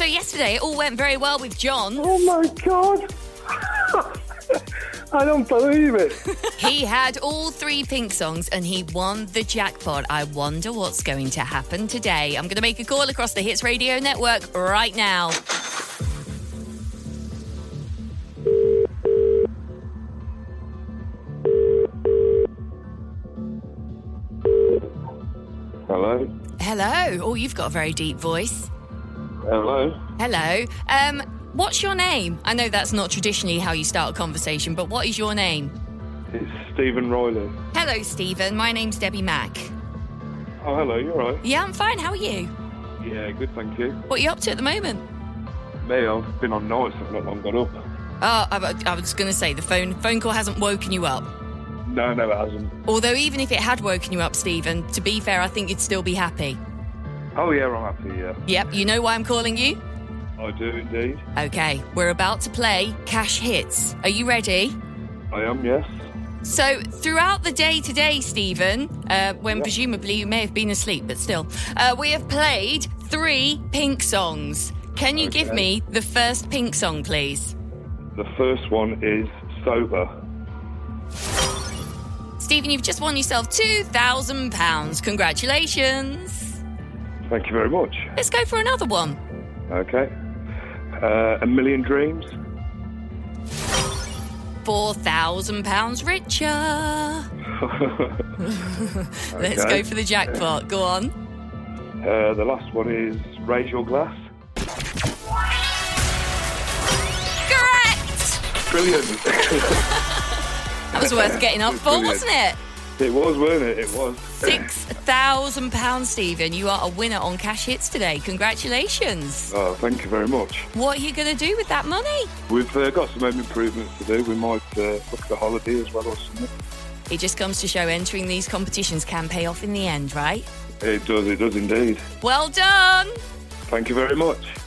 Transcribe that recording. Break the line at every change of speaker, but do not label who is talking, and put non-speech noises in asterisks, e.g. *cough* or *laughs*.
yesterday. It all went very well with John.
Oh my god! *laughs* I don't believe it.
He had all three pink songs and he won the jackpot. I wonder what's going to happen today. I'm going to make a call across the Hits Radio Network right now.
Hello,
Hello. Oh, you've got a very deep voice.
hello.
Hello. Um, what's your name? I know that's not traditionally how you start a conversation, but what is your name?
It's Stephen Royley.
Hello, Stephen. My name's Debbie Mack.
Oh, hello. You're right.
Yeah, I'm fine. How are you?
Yeah, good. Thank you.
What are you up to at the moment?
Me, I've been on nights. I've not long got up.
Oh, I, I was going to say the phone phone call hasn't woken you up.
No, no, it hasn't.
Although, even if it had woken you up, Stephen, to be fair, I think you'd still be happy.
Oh yeah, I'm happy. Yeah,
Yep, you know why I'm calling you?
I do indeed.
Okay, we're about to play Cash Hits. Are you ready?
I am. Yes.
So, throughout the day today, Stephen, uh, when presumably you may have been asleep, but still, uh, we have played three pink songs. Can you give
Okay.
me the first pink song, please?
The first one is sober.
Stephen, you've just won yourself £2,000. Congratulations.
Thank you very much.
Let's go for another one.
Okay. Uh, a million dreams. *laughs*
£4,000 richer.
Uh,
Let's
Okay.
go for the jackpot. Go on.
Uh, the last one is raise your glass.
Correct!
Brilliant. *laughs*
That was worth getting up for,
Brilliant.
wasn't it?
it was, weren't it? It was.
£6,000, Stephen. You are a winner on Cash Hits today. Congratulations.
Oh, thank you very much.
What are you going to do with that money?
We've uh, got some home improvements to do. We might uh, look at a holiday as well or something.
It just comes to show entering these competitions can pay off in the end, right?
It does, it does indeed.
Well done!
Thank you very much.